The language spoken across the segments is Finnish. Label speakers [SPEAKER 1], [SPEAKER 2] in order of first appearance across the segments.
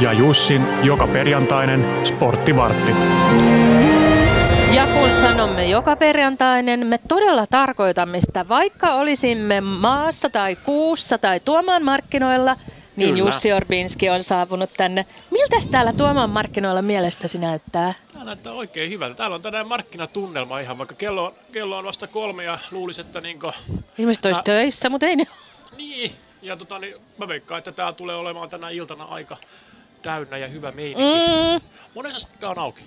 [SPEAKER 1] ja Jussin joka perjantainen sporttivartti.
[SPEAKER 2] Ja kun sanomme joka perjantainen, me todella tarkoitamme sitä, vaikka olisimme maassa tai kuussa tai Tuomaan markkinoilla, niin
[SPEAKER 3] Kyllä.
[SPEAKER 2] Jussi Orbinski on saapunut tänne. Miltä täällä Tuomaan markkinoilla mielestäsi näyttää?
[SPEAKER 3] Tämä näyttää oikein hyvältä. Täällä on tänään markkinatunnelma ihan, vaikka kello on, kello on vasta kolme ja luulisi, että niinku,
[SPEAKER 2] Ihmiset olisi
[SPEAKER 3] Mä-
[SPEAKER 2] töissä, mutta ei ne
[SPEAKER 3] niin. Ja tota, niin mä veikkaan, että tämä tulee olemaan tänä iltana aika täynnä ja hyvä meininki. Mm.
[SPEAKER 2] mm,
[SPEAKER 3] Monessa tämä on auki.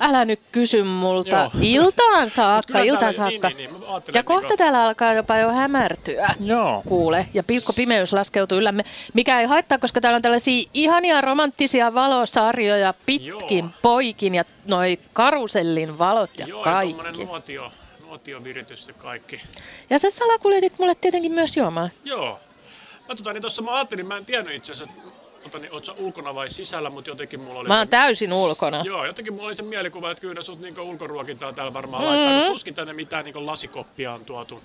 [SPEAKER 2] Älä nyt kysy multa.
[SPEAKER 3] Joo.
[SPEAKER 2] Iltaan saakka,
[SPEAKER 3] Kyllä
[SPEAKER 2] iltaan
[SPEAKER 3] täällä-
[SPEAKER 2] saakka.
[SPEAKER 3] Niin, niin, niin, mä ajattelin,
[SPEAKER 2] Ja
[SPEAKER 3] että niinku-
[SPEAKER 2] kohta täällä alkaa jopa jo hämärtyä.
[SPEAKER 1] Joo.
[SPEAKER 2] kuule. Ja pilkko pimeys laskeutuu yllämme, mikä ei haittaa, koska täällä on tällaisia ihania romanttisia valosarjoja pitkin,
[SPEAKER 3] Joo.
[SPEAKER 2] poikin ja noi karusellin valot ja
[SPEAKER 3] Joo, ja
[SPEAKER 2] kaikki.
[SPEAKER 3] tommonen nuotio, nuotioviritys ja kaikki.
[SPEAKER 2] Ja sä salakuljetit mulle tietenkin myös juomaan.
[SPEAKER 3] Joo. Mä, tota, niin tossa mä ajattelin, mä en tiennyt itse asiassa, että tota, niin, oot sä ulkona vai sisällä, mutta jotenkin mulla oli...
[SPEAKER 2] Mä oon
[SPEAKER 3] se-
[SPEAKER 2] täysin ulkona.
[SPEAKER 3] Joo, jotenkin mulla oli se mielikuva, että kyllä ne sut niinku ulkoruokintaa täällä varmaan mm-hmm.
[SPEAKER 2] Mm.
[SPEAKER 3] laittaa, kun tuskin tänne mitään niinku lasikoppia on tuotu.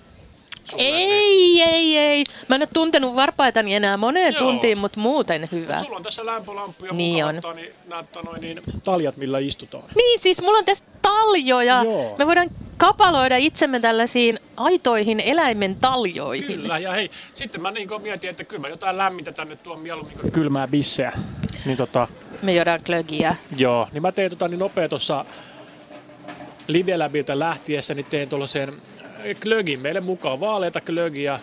[SPEAKER 3] sulle, niin-
[SPEAKER 2] Ei, ei, ei. Mä en ole tuntenut varpaitani enää moneen
[SPEAKER 3] Joo.
[SPEAKER 2] tuntiin, mutta muuten hyvä.
[SPEAKER 3] Mut Sulla on tässä lämpölamppu ja
[SPEAKER 2] Niin
[SPEAKER 3] mukaan
[SPEAKER 2] on.
[SPEAKER 3] ottaa, niin, näyttää noin niin taljat, millä istutaan.
[SPEAKER 2] Niin, siis mulla on tässä taljoja.
[SPEAKER 3] Joo.
[SPEAKER 2] Me voidaan kapaloida itsemme tällaisiin aitoihin eläimen taljoihin.
[SPEAKER 3] Kyllä, ja hei, sitten mä niinku mietin, että kyllä mä jotain lämmintä tänne tuon mieluummin kuin
[SPEAKER 1] Kylmää bisseä. Niin tota,
[SPEAKER 2] Me juodaan klögiä.
[SPEAKER 3] Joo, niin mä tein tota niin nopea tuossa live-läpiltä lähtiessä, niin tein tuollaisen klögin meille mukaan vaaleita klögiä,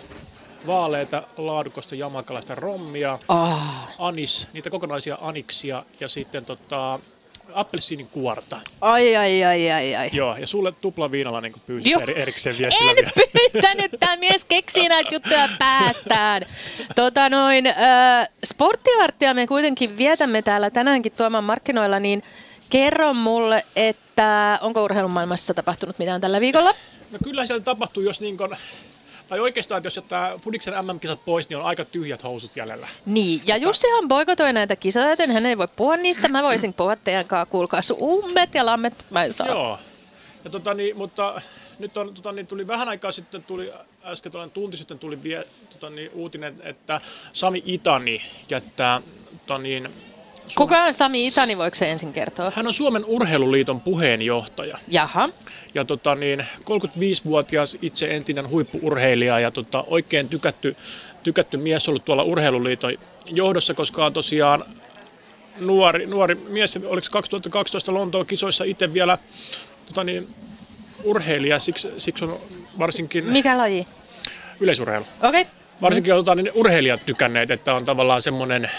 [SPEAKER 3] vaaleita laadukasta jamakalaista rommia,
[SPEAKER 2] Ah,
[SPEAKER 3] anis, niitä kokonaisia aniksia ja sitten tota, appelsiinin kuorta.
[SPEAKER 2] ai, ai, ai, ai, ai.
[SPEAKER 3] Joo, ja sulle tupla viinalla niin pyysin
[SPEAKER 2] Joo.
[SPEAKER 3] eri, erikseen viestillä
[SPEAKER 2] En pyytänyt, tämä mies keksii näitä juttuja päästään. Tota noin, äh, sporttivarttia me kuitenkin vietämme täällä tänäänkin Tuoman markkinoilla, niin kerro mulle, että onko urheilumaailmassa tapahtunut mitään tällä viikolla?
[SPEAKER 3] No kyllä siellä tapahtuu, jos niin kun, tai oikeastaan, että jos jättää Fudiksen MM-kisat pois, niin on aika tyhjät housut jäljellä.
[SPEAKER 2] Niin, ja Jussihan boikotoi näitä kisoja, joten hän ei voi puhua niistä. Mä voisin puhua teidän kanssa, kuulkaa sun ummet ja lammet, mutta mä en saa.
[SPEAKER 3] Joo. Ja tota, niin, mutta nyt on, tota, niin, tuli vähän aikaa sitten, tuli, äsken tuollainen tunti sitten tuli vie, tota, niin, uutinen, että Sami Itani jättää, tota, niin,
[SPEAKER 2] Kuka on Sami Itani, voiko se ensin kertoa?
[SPEAKER 3] hän on Suomen Urheiluliiton puheenjohtaja
[SPEAKER 2] Jaha.
[SPEAKER 3] ja tota, niin, 35-vuotias itse entinen huippuurheilija ja tota, oikein tykätty, tykätty mies ollut tuolla Urheiluliiton johdossa, koska on tosiaan nuori, nuori mies, oliko 2012 Lontoon kisoissa itse vielä tota, niin, urheilija, siksi, siksi on varsinkin
[SPEAKER 2] Mikä laji?
[SPEAKER 3] yleisurheilu.
[SPEAKER 2] Okei. Okay.
[SPEAKER 3] Varsinkin on tota, niin urheilijat tykänneet, että on tavallaan semmoinen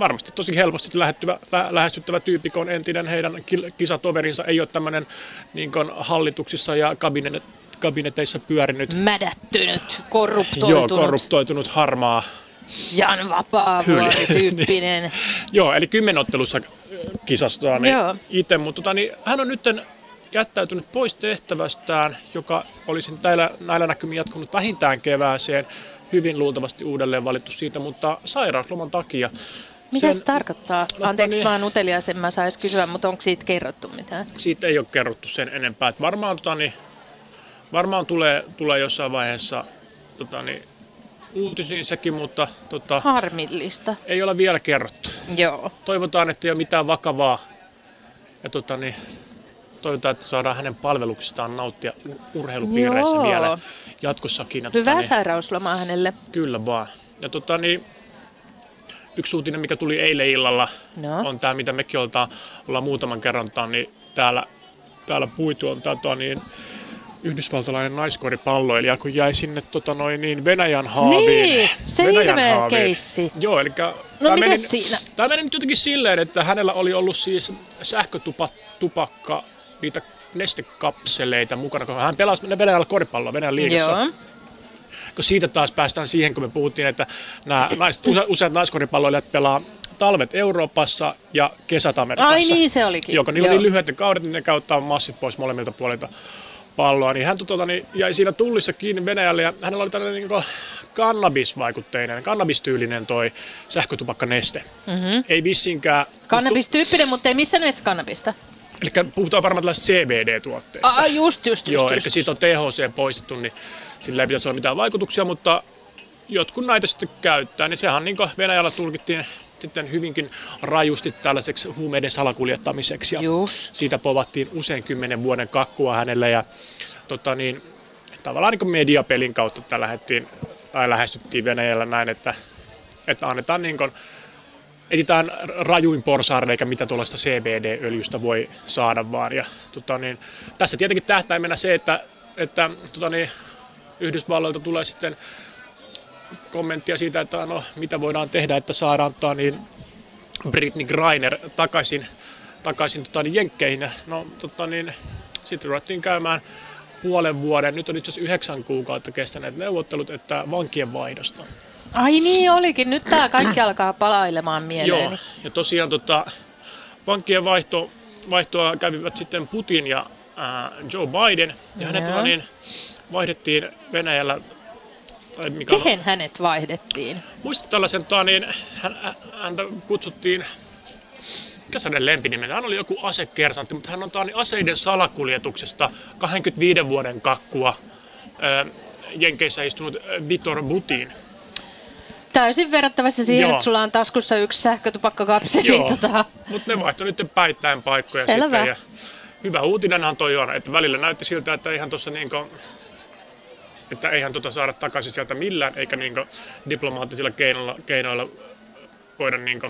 [SPEAKER 3] varmasti tosi helposti lähettyvä, lä- lähestyttävä tyyppi, kun on entinen heidän kil- kisatoverinsa ei ole tämmöinen niin kuin hallituksissa ja kabinet, kabineteissa pyörinyt.
[SPEAKER 2] Mädättynyt,
[SPEAKER 3] Joo,
[SPEAKER 2] korruptoitunut.
[SPEAKER 3] korruptoitunut, harmaa.
[SPEAKER 2] Jan Vapaavuori
[SPEAKER 3] Niin.
[SPEAKER 2] tyyppinen.
[SPEAKER 3] Joo, eli kymmenottelussa kisastaan niin
[SPEAKER 2] Joo.
[SPEAKER 3] itse, mutta tota, niin hän on nyt jättäytynyt pois tehtävästään, joka olisi näillä, näillä näkymin jatkunut vähintään kevääseen, hyvin luultavasti uudelleen valittu siitä, mutta sairausloman takia.
[SPEAKER 2] Mitä se
[SPEAKER 3] Sen-
[SPEAKER 2] tarkoittaa?
[SPEAKER 3] No,
[SPEAKER 2] Anteeksi,
[SPEAKER 3] niin-
[SPEAKER 2] mä oon utelias, en mä sais kysyä, mutta onko siitä kerrottu mitään?
[SPEAKER 3] Siitä ei ole kerrottu sen enempää. Et varmaan, tota, niin, varmaan tulee, tulee jossain vaiheessa tota, niin, uutisiin sekin, mutta tota,
[SPEAKER 2] Harmillista.
[SPEAKER 3] ei ole vielä kerrottu.
[SPEAKER 2] Joo.
[SPEAKER 3] toivotaan, että ei ole mitään vakavaa. Ja tota, niin, toivotaan, että saadaan hänen palveluksistaan nauttia u- urheilupiireissä
[SPEAKER 2] Joo.
[SPEAKER 3] Joo. vielä jatkossakin. Ja
[SPEAKER 2] Hyvää
[SPEAKER 3] tota,
[SPEAKER 2] sairausloma hänelle.
[SPEAKER 3] niin, kyllä vaan. Ja tota, niin, yksi uutinen, mikä tuli eilen illalla,
[SPEAKER 2] No.
[SPEAKER 3] on tämä, mitä mekin oltaan, ollaan muutaman kerran tota, niin täällä, täällä puitu, on tota, niin, yhdysvaltalainen naiskoripalloilija, kun jäi sinne tota, noin, niin Venäjän haaviin.
[SPEAKER 2] Niin, se
[SPEAKER 3] Venäjän
[SPEAKER 2] hirveä
[SPEAKER 3] haaviin.
[SPEAKER 2] keissi.
[SPEAKER 3] Joo, eli
[SPEAKER 2] No mitäs siinä?
[SPEAKER 3] Tämä meni nyt jotenkin silleen, että hänellä oli ollut siis sähkötupakka, niitä nestekapseleita mukana, kun hän pelasi ne Venäjällä koripalloa Venäjän liigassa.
[SPEAKER 2] Joo.
[SPEAKER 3] Kun siitä taas päästään siihen, kun me puhuttiin, että nämä naiset, use- useat naiskoripalloilijat pelaa talvet Euroopassa ja kesät Amerikassa.
[SPEAKER 2] Ai niin se olikin.
[SPEAKER 3] Joo, kun niillä
[SPEAKER 2] Joo.
[SPEAKER 3] oli lyhyet ne kaudet, niin ne käyttää massit pois molemmilta puolilta palloa. Niin hän tuota, niin jäi siinä tullissa kiinni Venäjälle ja hänellä oli tällainen niin kuin kannabisvaikutteinen, kannabistyylinen toi sähkötupakkaneste.
[SPEAKER 2] Mhm.
[SPEAKER 3] Mm-hmm. Ei vissinkään...
[SPEAKER 2] Kannabistyyppinen, mutta ei missään nimessä kannabista.
[SPEAKER 3] Eli puhutaan varmaan tällaisesta CBD-tuotteesta.
[SPEAKER 2] Ah, just, just, just.
[SPEAKER 3] Joo, eli
[SPEAKER 2] just.
[SPEAKER 3] siitä on THC poistettu, niin sillä ei pitäisi olla mitään vaikutuksia, mutta jotkut näitä sitten käyttää, niin sehän niin Venäjällä tulkittiin sitten hyvinkin rajusti tällaiseksi huumeiden salakuljettamiseksi. Ja
[SPEAKER 2] Just.
[SPEAKER 3] siitä povattiin usein kymmenen vuoden kakkua hänelle ja tota niin, tavallaan niin kuin mediapelin kautta tätä lähdettiin, tai lähestyttiin Venäjällä näin, että, että annetaan niin kuin, etsitään rajuin porsaanreikä, mitä tuollaista CBD-öljystä voi saada vaan. Ja, tota niin, tässä tietenkin tähtäimenä se, että, että tota niin, Yhdysvalloilta tulee sitten kommenttia siitä, että no, mitä voidaan tehdä, että saadaan tota, niin Britney Griner takaisin, takaisin tota, niin jenkkeihin. Ja, No, tota, niin, sitten ruvettiin käymään puolen vuoden, nyt on itse asiassa yhdeksän kuukautta kestäneet neuvottelut, että vankien vaihdosta.
[SPEAKER 2] Ai niin olikin, nyt tämä kaikki alkaa palailemaan mieleeni.
[SPEAKER 3] Joo, ja tosiaan tota, vankien vaihto, vaihtoa kävivät sitten Putin ja ää, Joe Biden, ja hänet
[SPEAKER 2] Joo.
[SPEAKER 3] tota niin, vaihdettiin Venäjällä, tai mikä on-
[SPEAKER 2] Kehen hänet vaihdettiin?
[SPEAKER 3] Muistat tällaisen, tota, niin hän, hän- häntä kutsuttiin, mikä se hänen lempinimen, hän oli joku asekersantti, mutta hän on tota, niin aseiden salakuljetuksesta 25 vuoden kakkua ö, Jenkeissä istunut ö, Vitor Butin.
[SPEAKER 2] Täysin verrattavasti siihen,
[SPEAKER 3] Joo.
[SPEAKER 2] että sulla on taskussa yksi sähkötupakkakapseli. Niin tota,
[SPEAKER 3] Mutta ne vaihtoi nyt päittäin paikkoja
[SPEAKER 2] Selvä.
[SPEAKER 3] sitten. Ja hyvä uutinenhan toi on, että välillä näytti siltä, että eihän tuossa niinku, että eihän tota saada takaisin sieltä millään, eikä niinku diplomaattisilla keinoilla, keinoilla voida niinku,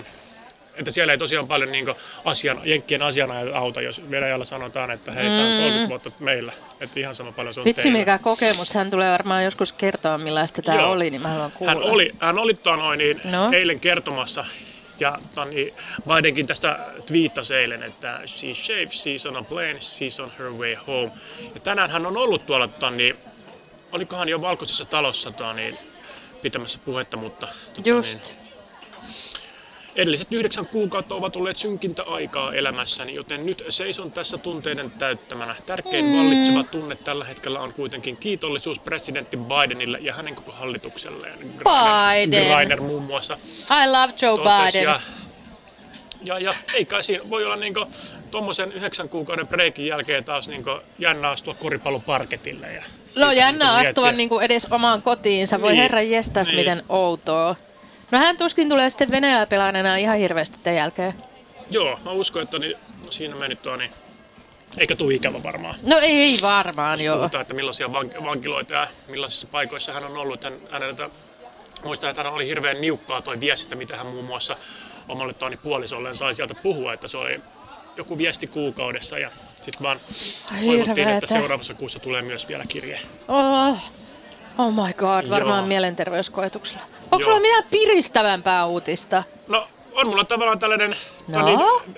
[SPEAKER 3] että siellä ei tosiaan paljon niinku asian, jenkkien asianajat auta, jos Venäjällä sanotaan, että hei, tämä on 30 vuotta meillä. Että ihan sama paljon se on
[SPEAKER 2] Mm. vitsi
[SPEAKER 3] teillä.
[SPEAKER 2] mikä kokemus, hän tulee varmaan joskus kertoa millaista tämä
[SPEAKER 3] Joo.
[SPEAKER 2] oli, niin mä haluan kuulla.
[SPEAKER 3] Hän oli, hän oli tota noin, niin
[SPEAKER 2] No.
[SPEAKER 3] no. eilen kertomassa, ja tota niin, Bidenkin tästä twiittasi eilen, että she shapes, she's on a plane, she's on her way home. Ja tänään hän on ollut tuolla, tota niin, olikohan jo valkoisessa talossa tota niin, pitämässä puhetta, mutta tota
[SPEAKER 2] Just.
[SPEAKER 3] Niin, edelliset yhdeksän kuukautta ovat olleet synkintä aikaa elämässäni, joten nyt seison tässä tunteiden täyttämänä. Tärkein
[SPEAKER 2] Mm.
[SPEAKER 3] vallitseva tunne tällä hetkellä on kuitenkin kiitollisuus presidentti Bidenille ja hänen koko hallitukselleen. Greiner-
[SPEAKER 2] Biden.
[SPEAKER 3] Greiner muun muassa
[SPEAKER 2] I love Joe
[SPEAKER 3] totesi.
[SPEAKER 2] Biden.
[SPEAKER 3] Niin.
[SPEAKER 2] No,
[SPEAKER 3] Ja, ja, ja ei kai siinä voi olla niinku tuommoisen yhdeksän kuukauden breikin jälkeen taas niinku jännä astua koripalloparketille. Ja
[SPEAKER 2] No
[SPEAKER 3] siitä
[SPEAKER 2] jännä
[SPEAKER 3] niinku
[SPEAKER 2] astua
[SPEAKER 3] miettiä.
[SPEAKER 2] niin kuin edes omaan kotiinsa. Voi
[SPEAKER 3] Niin.
[SPEAKER 2] herra jestas,
[SPEAKER 3] Niin.
[SPEAKER 2] miten outoa. No hän tuskin tulee sitten Venäjällä pelaan enää ihan hirveästi tämän jälkeen.
[SPEAKER 3] Joo, mä uskon, että niin, siinä meni tuo niin, eikä tule ikävä varmaan.
[SPEAKER 2] No ei varmaan, joo.
[SPEAKER 3] puhutaan, että millaisia vank- vankiloita ja millaisissa paikoissa hän on ollut. Hän, häneltä, muistan, että hän oli hirveän niukkaa toi viesti, että mitä hän muun muassa omalle Toni puolisolleen sai sieltä puhua, että se oli joku viesti kuukaudessa ja sitten vaan
[SPEAKER 2] Ai
[SPEAKER 3] toivottiin,
[SPEAKER 2] hirveetä.
[SPEAKER 3] että seuraavassa kuussa tulee myös vielä kirje.
[SPEAKER 2] Oh, oh my god, varmaan
[SPEAKER 3] Joo.
[SPEAKER 2] mielenterveyskoetuksella. Onko
[SPEAKER 3] Joo.
[SPEAKER 2] sulla mitään piristävämpää uutista?
[SPEAKER 3] No, on mulla tavallaan tällainen
[SPEAKER 2] No?
[SPEAKER 3] no. niin,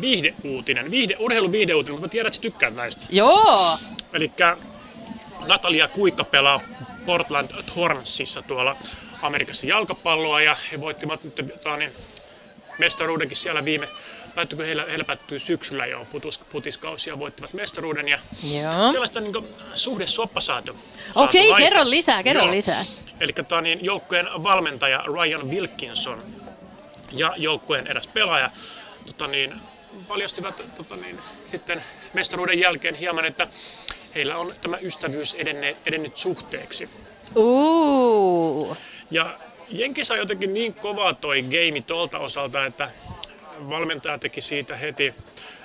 [SPEAKER 3] viihdeuutinen, viihde, urheiluviihdeuutinen, mutta mä tiedän, että sä tykkäät näistä.
[SPEAKER 2] Joo!
[SPEAKER 3] Eli Natalia Kuikka pelaa Portland Thornsissa tuolla Amerikassa jalkapalloa ja he voittivat nyt tota, niin, mestaruudenkin siellä viime, päättyykö heillä, heillä päättyy syksyllä jo futus, futiskausi ja voittivat mestaruuden ja
[SPEAKER 2] Joo.
[SPEAKER 3] sellaista niin suhdesoppa saatu. saatu
[SPEAKER 2] Okei,
[SPEAKER 3] aikaan.
[SPEAKER 2] kerro lisää, kerro
[SPEAKER 3] Joo.
[SPEAKER 2] lisää.
[SPEAKER 3] Eli tota, niin, joukkueen valmentaja Ryan Wilkinson ja joukkueen eräs pelaaja tota, niin, paljastivat tota, niin, sitten mestaruuden jälkeen hieman, että heillä on tämä ystävyys edenne, edennyt suhteeksi.
[SPEAKER 2] Uuu.
[SPEAKER 3] Ja Jenkissä on jotenkin niin kova toi game tuolta osalta, että valmentaja teki siitä heti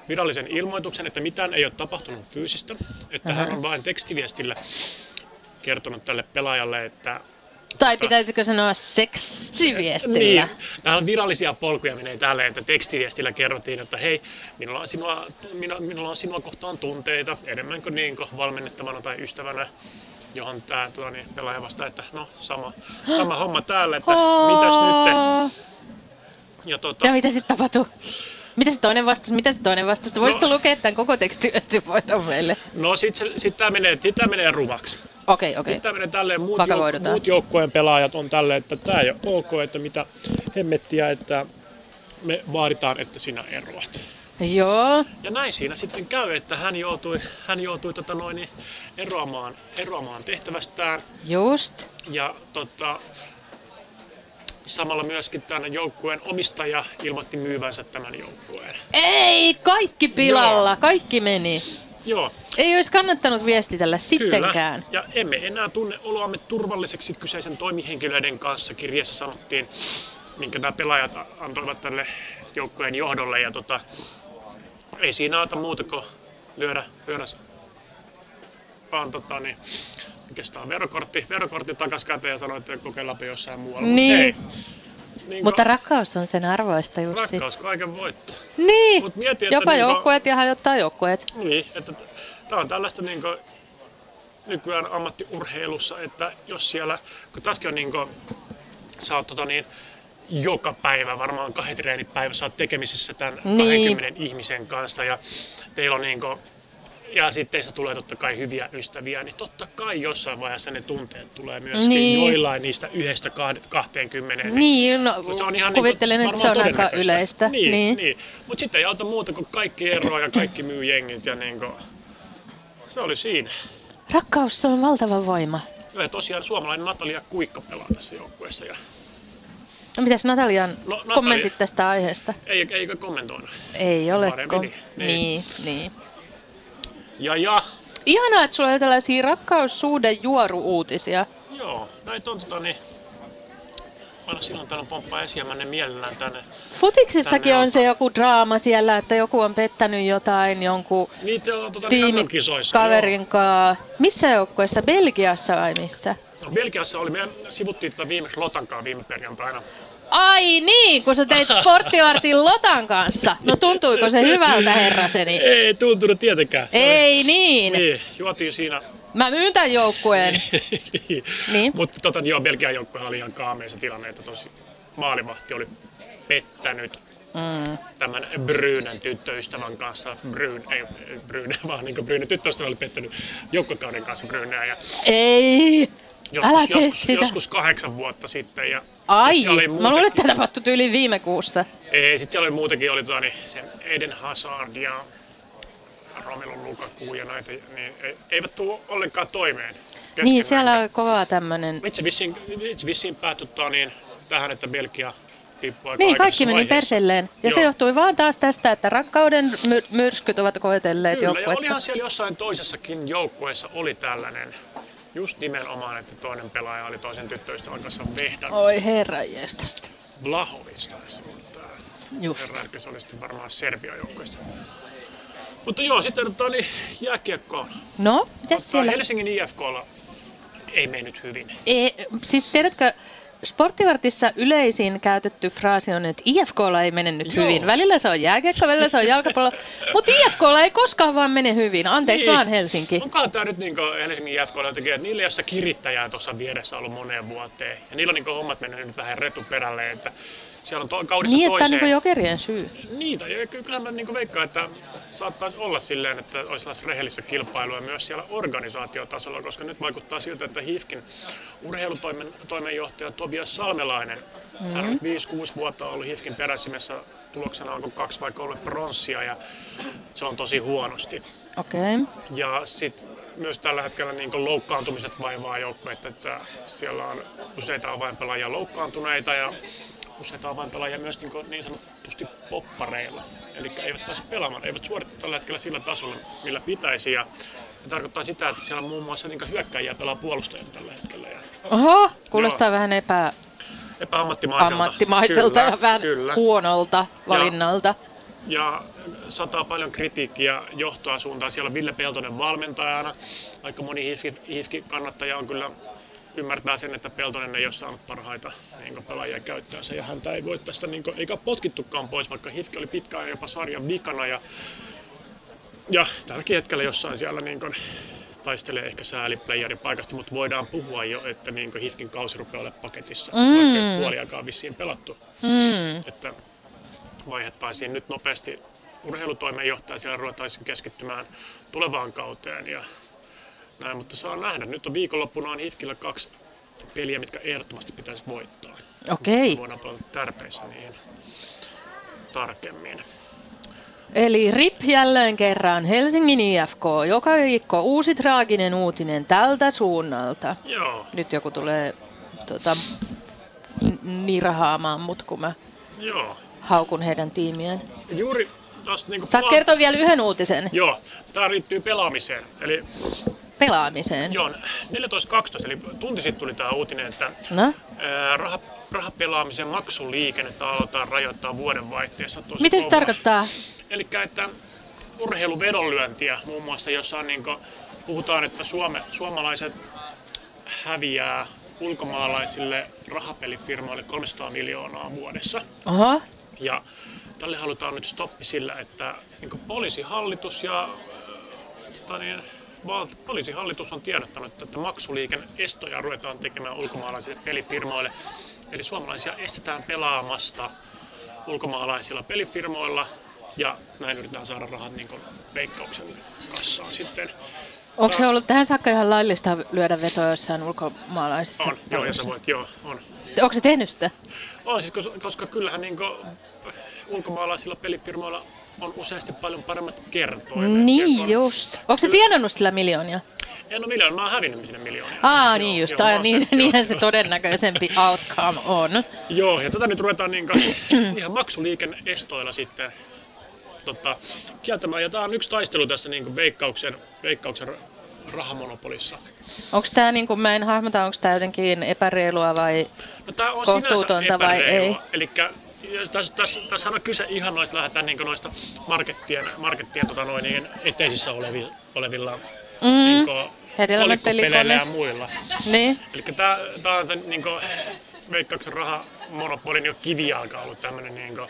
[SPEAKER 3] virallisen ilmoituksen, että mitään ei ole tapahtunut fyysistä, että hän on vain tekstiviestillä kertonut tälle pelaajalle, että
[SPEAKER 2] Tai pitäisikö sanoa seksiviestillä?
[SPEAKER 3] Niin, täällä on virallisia polkuja menee tälle, että tekstiviestillä kerrottiin, että hei, minulla on sinua, minä, minulla on sinua kohtaan tunteita, enemmän kuin niin kuin valmennettavana tai ystävänä, johon tämä tuota, niin, pelaaja vastaa, että no sama, sama homma täällä, että mitäs nyt.
[SPEAKER 2] Oh.
[SPEAKER 3] Ja, tuota,
[SPEAKER 2] Ja mitä sitten tapahtui? Mitä se toinen vastasi? Mitä se toinen vastasi? Voisitko
[SPEAKER 3] No.
[SPEAKER 2] lukea tämän koko tekstiviestivoidon meille?
[SPEAKER 3] no sitten sit tämä menee, sit tää menee rumaksi.
[SPEAKER 2] Okei, okei.
[SPEAKER 3] Nyt tämmöinen tälleen muut, jouk-
[SPEAKER 2] Vakavoidutaan.
[SPEAKER 3] muut joukkueen pelaajat on tälleen, että tämä ei ole ok, että mitä hemmettiä, että me vaaditaan, että sinä eroat.
[SPEAKER 2] Joo.
[SPEAKER 3] Ja näin siinä sitten käy, että hän joutui, hän joutui tota noin, niin eroamaan, eroamaan tehtävästään.
[SPEAKER 2] Just.
[SPEAKER 3] Ja tota, samalla myöskin tämän joukkueen omistaja ilmoitti myyvänsä tämän joukkueen.
[SPEAKER 2] Ei, kaikki pilalla. Kaikki meni.
[SPEAKER 3] Joo,
[SPEAKER 2] Ei olisi kannattanut viestitellä sittenkään.
[SPEAKER 3] Kyllä. Ja emme enää tunne oloamme turvalliseksi kyseisen toimihenkilöiden kanssa, kirjeessä sanottiin minkä nämä pelaajat antoivat tälle joukkueen johdolle. Ja tota, ei siinä auta muuta kuin lyödä, lyödä vaan tota, niin, oikeastaan verokortti, verokortti takas käteen ja sanoa, että kokeillaanpa jossain muualla. Mut
[SPEAKER 2] Niin.
[SPEAKER 3] Ei, niin
[SPEAKER 2] Mutta rakkaus on sen arvoista, Jussi.
[SPEAKER 3] rakkaus kaiken voittaa.
[SPEAKER 2] Niin,
[SPEAKER 3] Mut mieti, että
[SPEAKER 2] jopa
[SPEAKER 3] niinku-
[SPEAKER 2] joukkueet ja hajottaa joukkueet.
[SPEAKER 3] Niin, että tämä on tällaista niin kuin, nykyään ammattiurheilussa, että jos siellä, kun tässäkin on niin kuin, sä oot tota niin, joka päivä, varmaan kahden treenin päivä, sä oot tekemisissä tämän
[SPEAKER 2] Niin.
[SPEAKER 3] 20 ihmisen kanssa ja teillä on niin kuin, ja sitten teistä tulee totta kai hyviä ystäviä, niin totta kai jossain vaiheessa ne tunteet tulee myöskin
[SPEAKER 2] Niin.
[SPEAKER 3] niin. joillain niistä yhdestä kahde- 20.
[SPEAKER 2] Niin, no,
[SPEAKER 3] Mut se on ihan
[SPEAKER 2] kuvittelen,
[SPEAKER 3] niinku
[SPEAKER 2] että se on
[SPEAKER 3] varmaan
[SPEAKER 2] aika
[SPEAKER 3] todennäköistä.
[SPEAKER 2] yleistä.
[SPEAKER 3] Niin, niin. niin. Mutta sitten ei auta muuta kuin kaikki eroa ja kaikki myy jengit ja niinku... Se oli siinä.
[SPEAKER 2] Rakkaus se on valtava voima.
[SPEAKER 3] Joo, ja tosiaan suomalainen Natalia Kuikka pelaa tässä joukkueessa ja
[SPEAKER 2] No, Mitäs Natalian
[SPEAKER 3] No,
[SPEAKER 2] Natalia.
[SPEAKER 3] Natalia-
[SPEAKER 2] kommentit tästä aiheesta?
[SPEAKER 3] ei, eikö kommentoinut.
[SPEAKER 2] Ei ole.
[SPEAKER 3] Parempi
[SPEAKER 2] Kom-
[SPEAKER 3] niin,
[SPEAKER 2] niin,
[SPEAKER 3] niin.
[SPEAKER 2] niin.
[SPEAKER 3] Ja ja,
[SPEAKER 2] Ihanaa, että sulla on tällaisia rakkaussuhdejuoru-uutisia.
[SPEAKER 3] joo, näitä on tota niin... Aina silloin täällä pomppaa esiin ja mä ne mielellään tänne.
[SPEAKER 2] Futiksessakin
[SPEAKER 3] Tänne
[SPEAKER 2] on
[SPEAKER 3] alkaa.
[SPEAKER 2] se joku draama siellä, että joku on pettänyt jotain jonkun
[SPEAKER 3] Niitä on tota niin MM-kisoissa.
[SPEAKER 2] tiimikaverin kanssa. Missä joukkueessa? Belgiassa vai missä?
[SPEAKER 3] joo. No, Belgiassa oli, me sivuttiin tätä viimeksi Lotankaa viime perjantaina.
[SPEAKER 2] Ai niin, kun sä teit sporttivartin Lotan kanssa. No tuntuiko se hyvältä herraseni?
[SPEAKER 3] Ei tuntunut tietenkään. Se oli-
[SPEAKER 2] Ei niin.
[SPEAKER 3] Niin, juotiin siinä
[SPEAKER 2] Mä myyn tämän joukkueen. Niin.
[SPEAKER 3] Mutta tota, joo, Belgian joukkueella oli ihan kaamea se tilanne, että tosi maalivahti oli pettänyt Niin.
[SPEAKER 2] Mm.
[SPEAKER 3] tämän Brynän tyttöystävän kanssa. Bryn, ei ei Brynä, vaan niin Brynän tyttöystävä oli pettänyt joukkuekauden kanssa Brynää. Ja
[SPEAKER 2] Ei.
[SPEAKER 3] joskus,
[SPEAKER 2] Älä tee
[SPEAKER 3] joskus,
[SPEAKER 2] sitä.
[SPEAKER 3] joskus, kahdeksan vuotta sitten. Ja
[SPEAKER 2] Ai,
[SPEAKER 3] sit siellä oli
[SPEAKER 2] mä luulen, että
[SPEAKER 3] muutenkin-
[SPEAKER 2] tämä tapahtui tyyli viime kuussa.
[SPEAKER 3] Ei, sit siellä oli muutenkin, oli tota, niin, se Eden Hazard ja Romelu Lukaku ja näitä, niin ei- eivät tule ollenkaan toimeen.
[SPEAKER 2] Niin,
[SPEAKER 3] keskenään.
[SPEAKER 2] siellä on kovaa tämmönen.
[SPEAKER 3] Itse vissiin, itse vissiin päättyi tota niin, tähän, että Belgia tippui aika
[SPEAKER 2] Niin, kaikki
[SPEAKER 3] aikaisessa
[SPEAKER 2] meni
[SPEAKER 3] vaiheessa.
[SPEAKER 2] perselleen. Ja se
[SPEAKER 3] Joo.
[SPEAKER 2] johtui vaan taas tästä, että rakkauden myr- myrskyt ovat koetelleet
[SPEAKER 3] Kyllä, ja
[SPEAKER 2] joukkuetta.
[SPEAKER 3] olihan siellä jossain toisessakin joukkueessa oli tällainen. Just nimenomaan, että toinen pelaaja oli toisen tyttöystävän kanssa vehdan oh.
[SPEAKER 2] Oi herra jestasta.
[SPEAKER 3] Vlahovista.
[SPEAKER 2] Just.
[SPEAKER 3] Herra, se oli sitten varmaan Serbian joukkueesta. Mutta joo, sitten tota, niin jääkiekkoon.
[SPEAKER 2] No, mitäs
[SPEAKER 3] Koska
[SPEAKER 2] siellä?
[SPEAKER 3] Helsingin IFKlla ei mennyt hyvin.
[SPEAKER 2] Ei, siis tiedätkö, sporttivartissa yleisin käytetty fraasi on, että IFKlla ei mene nyt
[SPEAKER 3] Joo.
[SPEAKER 2] hyvin. Välillä se on jääkiekko, välillä se on jalkapallo, mutta IFKlla ei koskaan vaan mene hyvin. Anteeksi
[SPEAKER 3] Niin.
[SPEAKER 2] vaan Helsinki.
[SPEAKER 3] Onkohan tämä nyt niin Helsingin IFK jotenkin, että niillä ei ole sitä kirittäjää tuossa vieressä ollut moneen vuoteen. Ja niillä on niin hommat mennyt nyt vähän retuperälle, että siellä on to- kaudessa
[SPEAKER 2] Niin, että tämä on
[SPEAKER 3] toiseen.
[SPEAKER 2] niin jokerien syy.
[SPEAKER 3] Niitä, ja ky- kyllähän mä niin veikkaan, että saattaisi olla silleen, että olisi sellaista rehellistä kilpailua myös siellä organisaatiotasolla, koska nyt vaikuttaa siltä, että HIFKin urheilutoimenjohtaja Tobias Salmelainen, mm-hmm. hän on nyt 5-6 vuotta ollut HIFKin peräsimessä, tuloksena onko kaksi vai kolme pronssia, ja se on tosi huonosti.
[SPEAKER 2] Okei. Okay.
[SPEAKER 3] Ja sitten myös tällä hetkellä niin loukkaantumiset vaivaa joukkuetta, että siellä on useita avainpelaajia loukkaantuneita ja useita avainpelaajia myös niin, niin sanotusti poppareilla. Eli eivät pääse pelaamaan, eivät suorita tällä hetkellä sillä tasolla, millä pitäisi. Ja se tarkoittaa sitä, että siellä muun muassa niin hyökkäjiä pelaa puolustajia tällä hetkellä. Ja
[SPEAKER 2] Oho, kuulostaa
[SPEAKER 3] Joo.
[SPEAKER 2] vähän
[SPEAKER 3] epäammattimaiselta.
[SPEAKER 2] epäammattimaiselta
[SPEAKER 3] Kyllä,
[SPEAKER 2] ja vähän
[SPEAKER 3] kyllä.
[SPEAKER 2] huonolta valinnalta.
[SPEAKER 3] ja sataa paljon kritiikkiä johtoa suuntaan. Siellä on Ville Peltonen valmentajana. Aika moni hifki, hifki kannattaja on kyllä ymmärtää sen, että Peltonen ei ole saanut parhaita niin pelaajia käyttöönsä ja häntä ei voi tästä, niin kuin, eikä ole potkittukaan pois, vaikka Hifki oli pitkään jopa sarjan vikana ja, ja tälläkin hetkellä jossain siellä niin kuin, taistelee ehkä sääliplayerin paikasta, mutta voidaan puhua jo, että niin kuin, Hifkin kausi rupeaa olemaan paketissa, mm. vaikka ei puoliakaan vissiin pelattu. Mm. Että vaihdettaisiin nyt nopeasti urheilutoimenjohtaja, siellä ruvettaisiin keskittymään tulevaan kauteen ja näin, mutta saa nähdä. Nyt on viikonloppuna on Hifkillä kaksi peliä, mitkä ehdottomasti pitäisi voittaa.
[SPEAKER 2] Okei, okay.
[SPEAKER 3] Voidaan palata tärpeissä niihin tarkemmin.
[SPEAKER 2] eli RIP jälleen kerran Helsingin IFK. Joka viikko uusi traaginen uutinen tältä suunnalta.
[SPEAKER 3] Joo,
[SPEAKER 2] Nyt joku tulee tota, n- nirhaamaan mut, kun mä
[SPEAKER 3] joo.
[SPEAKER 2] haukun heidän tiimiään.
[SPEAKER 3] Juuri taas niinku
[SPEAKER 2] Saat
[SPEAKER 3] pela-
[SPEAKER 2] kertoa vielä yhden uutisen
[SPEAKER 3] Joo, tämä liittyy pelaamiseen. Eli
[SPEAKER 2] pelaamiseen.
[SPEAKER 3] joo, 14.12, eli tunti sitten tuli tämä uutinen, että
[SPEAKER 2] No,
[SPEAKER 3] Ää, Raha, rahapelaamisen maksuliikennettä aletaan rajoittaa vuodenvaihteessa tosi
[SPEAKER 2] Miten se
[SPEAKER 3] kovaa.
[SPEAKER 2] tarkoittaa?
[SPEAKER 3] Eli että urheiluvedonlyöntiä muun muassa, jossa on niin kuin, puhutaan, että suome, suomalaiset häviää ulkomaalaisille rahapelifirmoille 300 miljoonaa vuodessa.
[SPEAKER 2] Oho.
[SPEAKER 3] Ja tälle halutaan nyt stoppi sillä, että niin poliisihallitus ja äh, tota niin, val- poliisihallitus on tiedottanut, että maksuliiken estoja ruvetaan tekemään ulkomaalaisille pelifirmoille. Eli suomalaisia estetään pelaamasta ulkomaalaisilla pelifirmoilla ja näin yritetään saada rahat niin kuin veikkauksen kassaan sitten.
[SPEAKER 2] Onko
[SPEAKER 3] No.
[SPEAKER 2] se ollut tähän saakka ihan laillista lyödä vetoa jossain ulkomaalaisissa?
[SPEAKER 3] On, joo, ja sä voit, joo, on.
[SPEAKER 2] Onko se tehnyt sitä?
[SPEAKER 3] On siis, kos- koska kyllähän niin ulkomaalaisilla pelifirmoilla on useasti paljon paremmat kertoimet.
[SPEAKER 2] Niin
[SPEAKER 3] Ja
[SPEAKER 2] just. Onko se
[SPEAKER 3] Kyllä.
[SPEAKER 2] tienannut sillä miljoonia?
[SPEAKER 3] En ole miljoona, mä oon hävinnyt sinne miljoonia.
[SPEAKER 2] Aa,
[SPEAKER 3] Joo,
[SPEAKER 2] niin just.
[SPEAKER 3] joo,
[SPEAKER 2] Ai,
[SPEAKER 3] mä oon
[SPEAKER 2] niin,
[SPEAKER 3] sen-
[SPEAKER 2] niinhän
[SPEAKER 3] joo,
[SPEAKER 2] se
[SPEAKER 3] joo.
[SPEAKER 2] todennäköisempi outcome on.
[SPEAKER 3] Joo, ja tätä nyt ruvetaan niin ihan maksuliikenneestoilla sitten tota, kieltämään. Ja tämä on yksi taistelu tässä niin veikkauksen, veikkauksen rahamonopolissa.
[SPEAKER 2] Onko tämä, niin kuin mä en hahmota, onko tämä jotenkin epäreilua vai...
[SPEAKER 3] No, tämä on
[SPEAKER 2] Kohtuutonta vai
[SPEAKER 3] Eli tässä, tässä, tässä on kyse ihan noista, lähdetään niin noista markettien, markettien tota noin, niin eteisissä olevilla, olevilla
[SPEAKER 2] Mm,
[SPEAKER 3] niin
[SPEAKER 2] Hedelmät
[SPEAKER 3] kolikkopeleillä
[SPEAKER 2] pelikone.
[SPEAKER 3] ja muilla.
[SPEAKER 2] niin.
[SPEAKER 3] Eli tämä on sen niin kuin, veikkauksen rahamonopolin jo kivijalka ollut tämmöinen, niin kuin,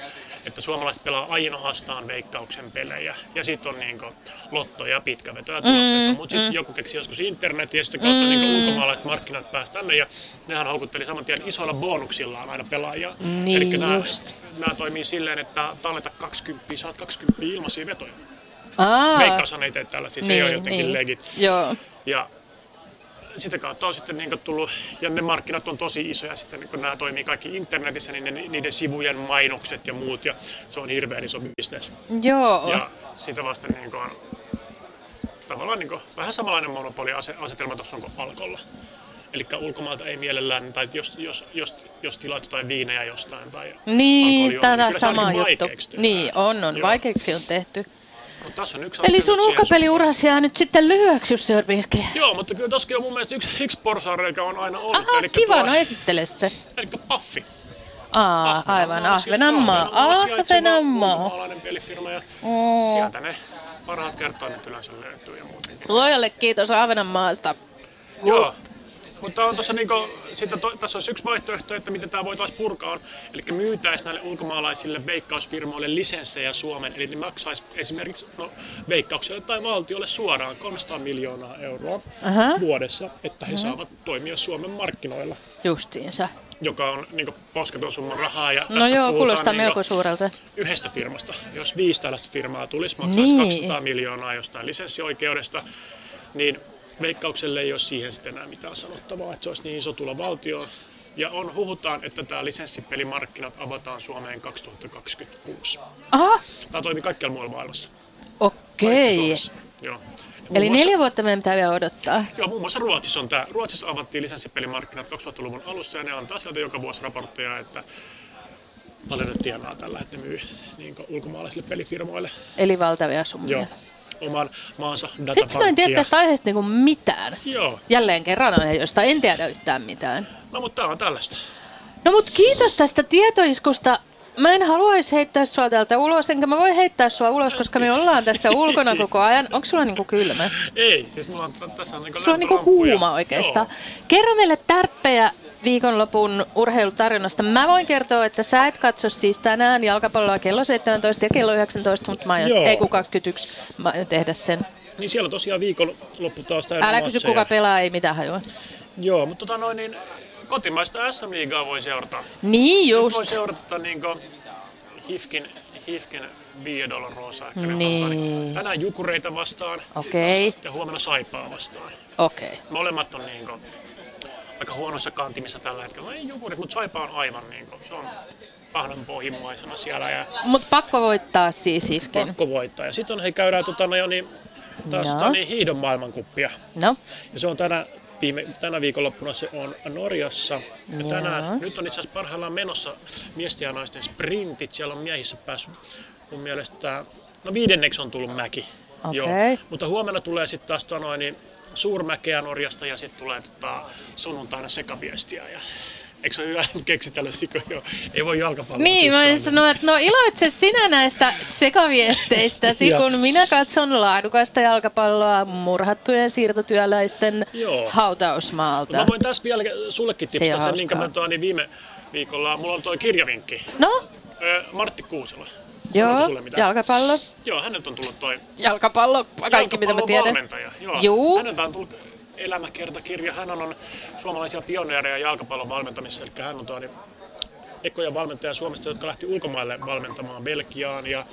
[SPEAKER 3] että suomalaiset pelaa aina hastaan veikkauksen pelejä. Ja sitten on niin kuin, lotto ja pitkäveto ja mm, Mutta sitten joku keksi joskus internet ja sitten kautta mm. niin ulkomaalaiset markkinat pääsi tänne. Ja nehän haukutteli saman tien isoilla bonuksillaan aina pelaajia.
[SPEAKER 2] Niin
[SPEAKER 3] Elikkä nää-
[SPEAKER 2] just.
[SPEAKER 3] nää toimii silleen, että talleta 20, saat 20 ilmaisia vetoja.
[SPEAKER 2] Aa, niin,
[SPEAKER 3] Veikkaushan ei tee tällaisia, se ei ole jotenkin legit.
[SPEAKER 2] Joo.
[SPEAKER 3] Ja sitä kautta on sitten niin tullut, ja ne markkinat on tosi isoja sitten, kun nämä toimii kaikki internetissä, niin ne, niiden sivujen mainokset ja muut, ja se on hirveän iso bisnes.
[SPEAKER 2] Joo.
[SPEAKER 3] Ja sitä vasten niin on tavallaan niin kuin, vähän samanlainen monopoliasetelma tuossa on kuin alkolla. Eli ulkomailta ei mielellään, tai jos, jos, jos, jos tilaat jotain viinejä jostain tai
[SPEAKER 2] Niin,
[SPEAKER 3] alkoholijuomia,
[SPEAKER 2] tämä
[SPEAKER 3] kyllä se
[SPEAKER 2] sama
[SPEAKER 3] ainakin
[SPEAKER 2] juttu.
[SPEAKER 3] vaikeaksi tehdään.
[SPEAKER 2] Niin, on, on.
[SPEAKER 3] Joo.
[SPEAKER 2] Vaikeiksi on tehty.
[SPEAKER 3] Mut tässä on yksi
[SPEAKER 2] Eli
[SPEAKER 3] askel
[SPEAKER 2] sun
[SPEAKER 3] nyt siihen suuntaan.
[SPEAKER 2] uhkapeliuras jää nyt sitten lyhyeksi, jos Sörpinski.
[SPEAKER 3] Joo, mutta kyllä tossakin on mun mielestä yksi, yksi porsaanreikä on aina ollut.
[SPEAKER 2] Aha,
[SPEAKER 3] elikkä
[SPEAKER 2] kiva,
[SPEAKER 3] tuo-
[SPEAKER 2] no esittele se.
[SPEAKER 3] Eli paffi.
[SPEAKER 2] Aa, aivan, Ahvenanmaa. Ahvenanmaa.
[SPEAKER 3] Ahvenanmaa. pelifirma ja
[SPEAKER 2] Mm.
[SPEAKER 3] sieltä ne parhaat kertoimet yleensä löytyy ja muutenkin.
[SPEAKER 2] Luojalle kiitos Ahvenanmaasta.
[SPEAKER 3] Joo. Mutta on tuossa niinku, sitten to, tässä olisi yksi vaihtoehto, että miten tämä voitaisiin purkaa. Eli myytäisiin näille ulkomaalaisille veikkausfirmoille lisenssejä Suomen. Eli ne maksaisi esimerkiksi no, veikkaukselle tai valtiolle suoraan 300 miljoonaa euroa
[SPEAKER 2] Aha.
[SPEAKER 3] vuodessa, että he saavat toimia Suomen markkinoilla
[SPEAKER 2] Justiinsa.
[SPEAKER 3] joka on niin posketon summa rahaa. Ja
[SPEAKER 2] No joo, kuulostaa
[SPEAKER 3] niinku
[SPEAKER 2] melko suurelta.
[SPEAKER 3] yhdestä firmasta. Jos viisi tällaista firmaa tulisi, maksaisi
[SPEAKER 2] Niin.
[SPEAKER 3] niin. 200 miljoonaa jostain lisenssioikeudesta, niin veikkaukselle ei ole siihen sitten enää mitään sanottavaa, että se olisi niin iso tulo valtioon. Ja on huhutaan, että tämä lisenssipelimarkkinat avataan Suomeen 2026.
[SPEAKER 2] Aha,
[SPEAKER 3] Tämä toimii kaikkialla muualla maailmassa. kaikki
[SPEAKER 2] okei.
[SPEAKER 3] Suomessa. Joo. Ja muun
[SPEAKER 2] Eli
[SPEAKER 3] muassa-
[SPEAKER 2] neljä vuotta meidän pitää vielä odottaa.
[SPEAKER 3] Joo, muun muassa Ruotsissa on tämä. Ruotsissa avattiin lisenssipelimarkkinat 2000-luvun alussa ja ne antaa sieltä joka vuosi raportteja, että paljon ne tienaa tällä, että ne myy niin ulkomaalaisille pelifirmoille.
[SPEAKER 2] Eli valtavia
[SPEAKER 3] Joo.
[SPEAKER 2] summia.
[SPEAKER 3] Oman maansa
[SPEAKER 2] Vitsi, mä en tiedä
[SPEAKER 3] datapankkia.
[SPEAKER 2] tästä aiheesta niinku mitään.
[SPEAKER 3] Joo,
[SPEAKER 2] Jälleen kerran aihe, josta en tiedä yhtään mitään.
[SPEAKER 3] no mutta tämä on tällaista.
[SPEAKER 2] No mut kiitos tästä tietoiskusta. Mä en haluaisi heittää sua täältä ulos, enkä mä voi heittää sua ulos, koska me ollaan tässä ulkona koko ajan. Onko sulla niinku kylmä?
[SPEAKER 3] Ei, siis mulla on tässä on niinku
[SPEAKER 2] Sulla on niinku
[SPEAKER 3] lämpölamppuja.
[SPEAKER 2] kuuma oikeastaan. Kerro meille tärppejä viikonlopun urheilutarjonnasta. Mä voin kertoa, että sä et katso siis tänään jalkapalloa kello 17 ja kello 19, mutta mä aion,
[SPEAKER 3] Joo.
[SPEAKER 2] ei kun 21, mä aion tehdä sen.
[SPEAKER 3] Joo. Niin siellä on tosiaan viikonloppu taas täynnä
[SPEAKER 2] Älä kysy
[SPEAKER 3] matseja.
[SPEAKER 2] kuka pelaa, ei mitään hajua.
[SPEAKER 3] Joo, mutta tota noin, niin kotimaista SM-liigaa voi seurata.
[SPEAKER 2] Niin
[SPEAKER 3] Just. Voi
[SPEAKER 2] just.
[SPEAKER 3] seurata niinku Hifkin, Hifkin Viedol Rosa.
[SPEAKER 2] Niin.
[SPEAKER 3] Tänään Jukureita vastaan
[SPEAKER 2] Okei, okay,
[SPEAKER 3] ja huomenna Saipaa vastaan.
[SPEAKER 2] okei. Okay.
[SPEAKER 3] Molemmat on niinku aika huonossa kantimissa tällä hetkellä. No ei Jukurit, mutta Saipa on aivan niinku, se on pahdan pohjimmaisena siellä ja
[SPEAKER 2] Mut pakko voittaa siis Ifkin.
[SPEAKER 3] pakko voittaa. Ja sitten on, he käydään tota, no, jo niin, taas
[SPEAKER 2] Joo.
[SPEAKER 3] tota, niin, hiihdon maailmankuppia.
[SPEAKER 2] No,
[SPEAKER 3] Ja se on tänä, viime, tänä viikonloppuna se on Norjassa. Ja
[SPEAKER 2] Joo.
[SPEAKER 3] tänään, nyt on itse asiassa parhaillaan menossa miesten ja naisten sprintit. Siellä on miehissä päässyt mun mielestä, no viidenneksi on tullut mäki.
[SPEAKER 2] Okei.
[SPEAKER 3] Mutta huomenna tulee sitten taas tuo noin, niin suurmäkeä Norjasta ja sitten tulee tota, sunnuntaina tota sekaviestiä. Ja Eikö se ole hyvä keksi tällaisia, kun joo, ei voi jalkapalloa.
[SPEAKER 2] Niin, mä
[SPEAKER 3] pitää.
[SPEAKER 2] en sanoa, että no iloitse sinä näistä sekaviesteistäsi,
[SPEAKER 3] Joo.
[SPEAKER 2] kun minä katson laadukasta jalkapalloa murhattujen siirtotyöläisten
[SPEAKER 3] Joo. No
[SPEAKER 2] hautausmaalta.
[SPEAKER 3] Mä voin tässä vielä sullekin
[SPEAKER 2] Se on
[SPEAKER 3] tipsata sen,
[SPEAKER 2] hauskaa.
[SPEAKER 3] minkä mä toin niin viime viikolla. Mulla on toi kirjavinkki.
[SPEAKER 2] No,
[SPEAKER 3] Ö, Martti Kuusela. Onko
[SPEAKER 2] joo,
[SPEAKER 3] sulle mitään?
[SPEAKER 2] jalkapallo.
[SPEAKER 3] Joo, hänet on tullut toi
[SPEAKER 2] Jalkapallo, kaikki mitä mä tiedän.
[SPEAKER 3] Valmentaja. Joo.
[SPEAKER 2] Juu.
[SPEAKER 3] Häneltä on tullut elämäkertakirja. Hän on, on suomalaisia pioneereja jalkapallon valmentamisessa. Eli hän on tuo niin ekoja valmentajia Suomesta, jotka lähti ulkomaille valmentamaan Belgiaan ja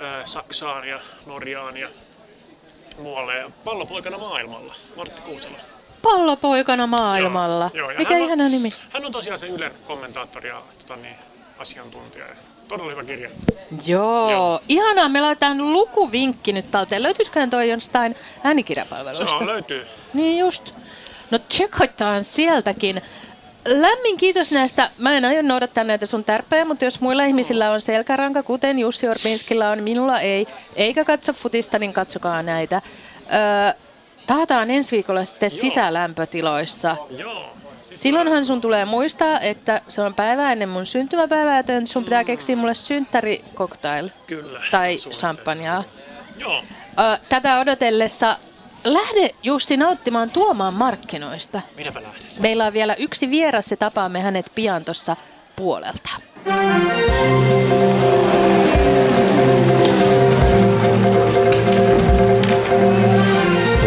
[SPEAKER 3] ää, Saksaan ja Norjaan ja muualle. Ja pallopoikana maailmalla, Martti Kuusela.
[SPEAKER 2] Pallopoikana maailmalla.
[SPEAKER 3] Joo, joo, ja
[SPEAKER 2] Mikä
[SPEAKER 3] hän on-
[SPEAKER 2] ihana nimi.
[SPEAKER 3] Hän on tosiaan se Ylen kommentaattori ja tota niin, asiantuntija. Ja todella hyvä kirja.
[SPEAKER 2] Joo.
[SPEAKER 3] Joo.
[SPEAKER 2] Ihanaa, me laitetaan lukuvinkki nyt talteen. Löytyisiköhän toi jostain
[SPEAKER 3] Se
[SPEAKER 2] äänikirjapalveluista?
[SPEAKER 3] on, löytyy.
[SPEAKER 2] Niin just. No tsekaitaan sieltäkin. Lämmin kiitos näistä. Mä en aio noudattaa näitä sun tärppejä, mutta jos muilla ihmisillä on selkäranka, kuten Jussi Orpinskilla on, minulla ei, eikä katso futista, niin katsokaa näitä. Öö, taataan ensi viikolla sitten
[SPEAKER 3] Joo.
[SPEAKER 2] sisälämpötiloissa.
[SPEAKER 3] Joo. Siis
[SPEAKER 2] Silloinhan sun tulee muistaa, että se on päivä ennen mun syntymäpäivää, joten sun pitää keksiä mulle synttärikoktail
[SPEAKER 3] Kyllä.
[SPEAKER 2] tai
[SPEAKER 3] Suunnitelma.
[SPEAKER 2] champagnea.
[SPEAKER 3] Joo.
[SPEAKER 2] Ö, Tätä odotellessa lähde Jussi nauttimaan tuomaan markkinoista.
[SPEAKER 3] Minäpä lähden.
[SPEAKER 2] Meillä on vielä yksi vieras ja tapaamme hänet pian tuossa puolelta.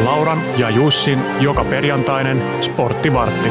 [SPEAKER 1] Lauran ja Jussin joka perjantainen sporttivartti.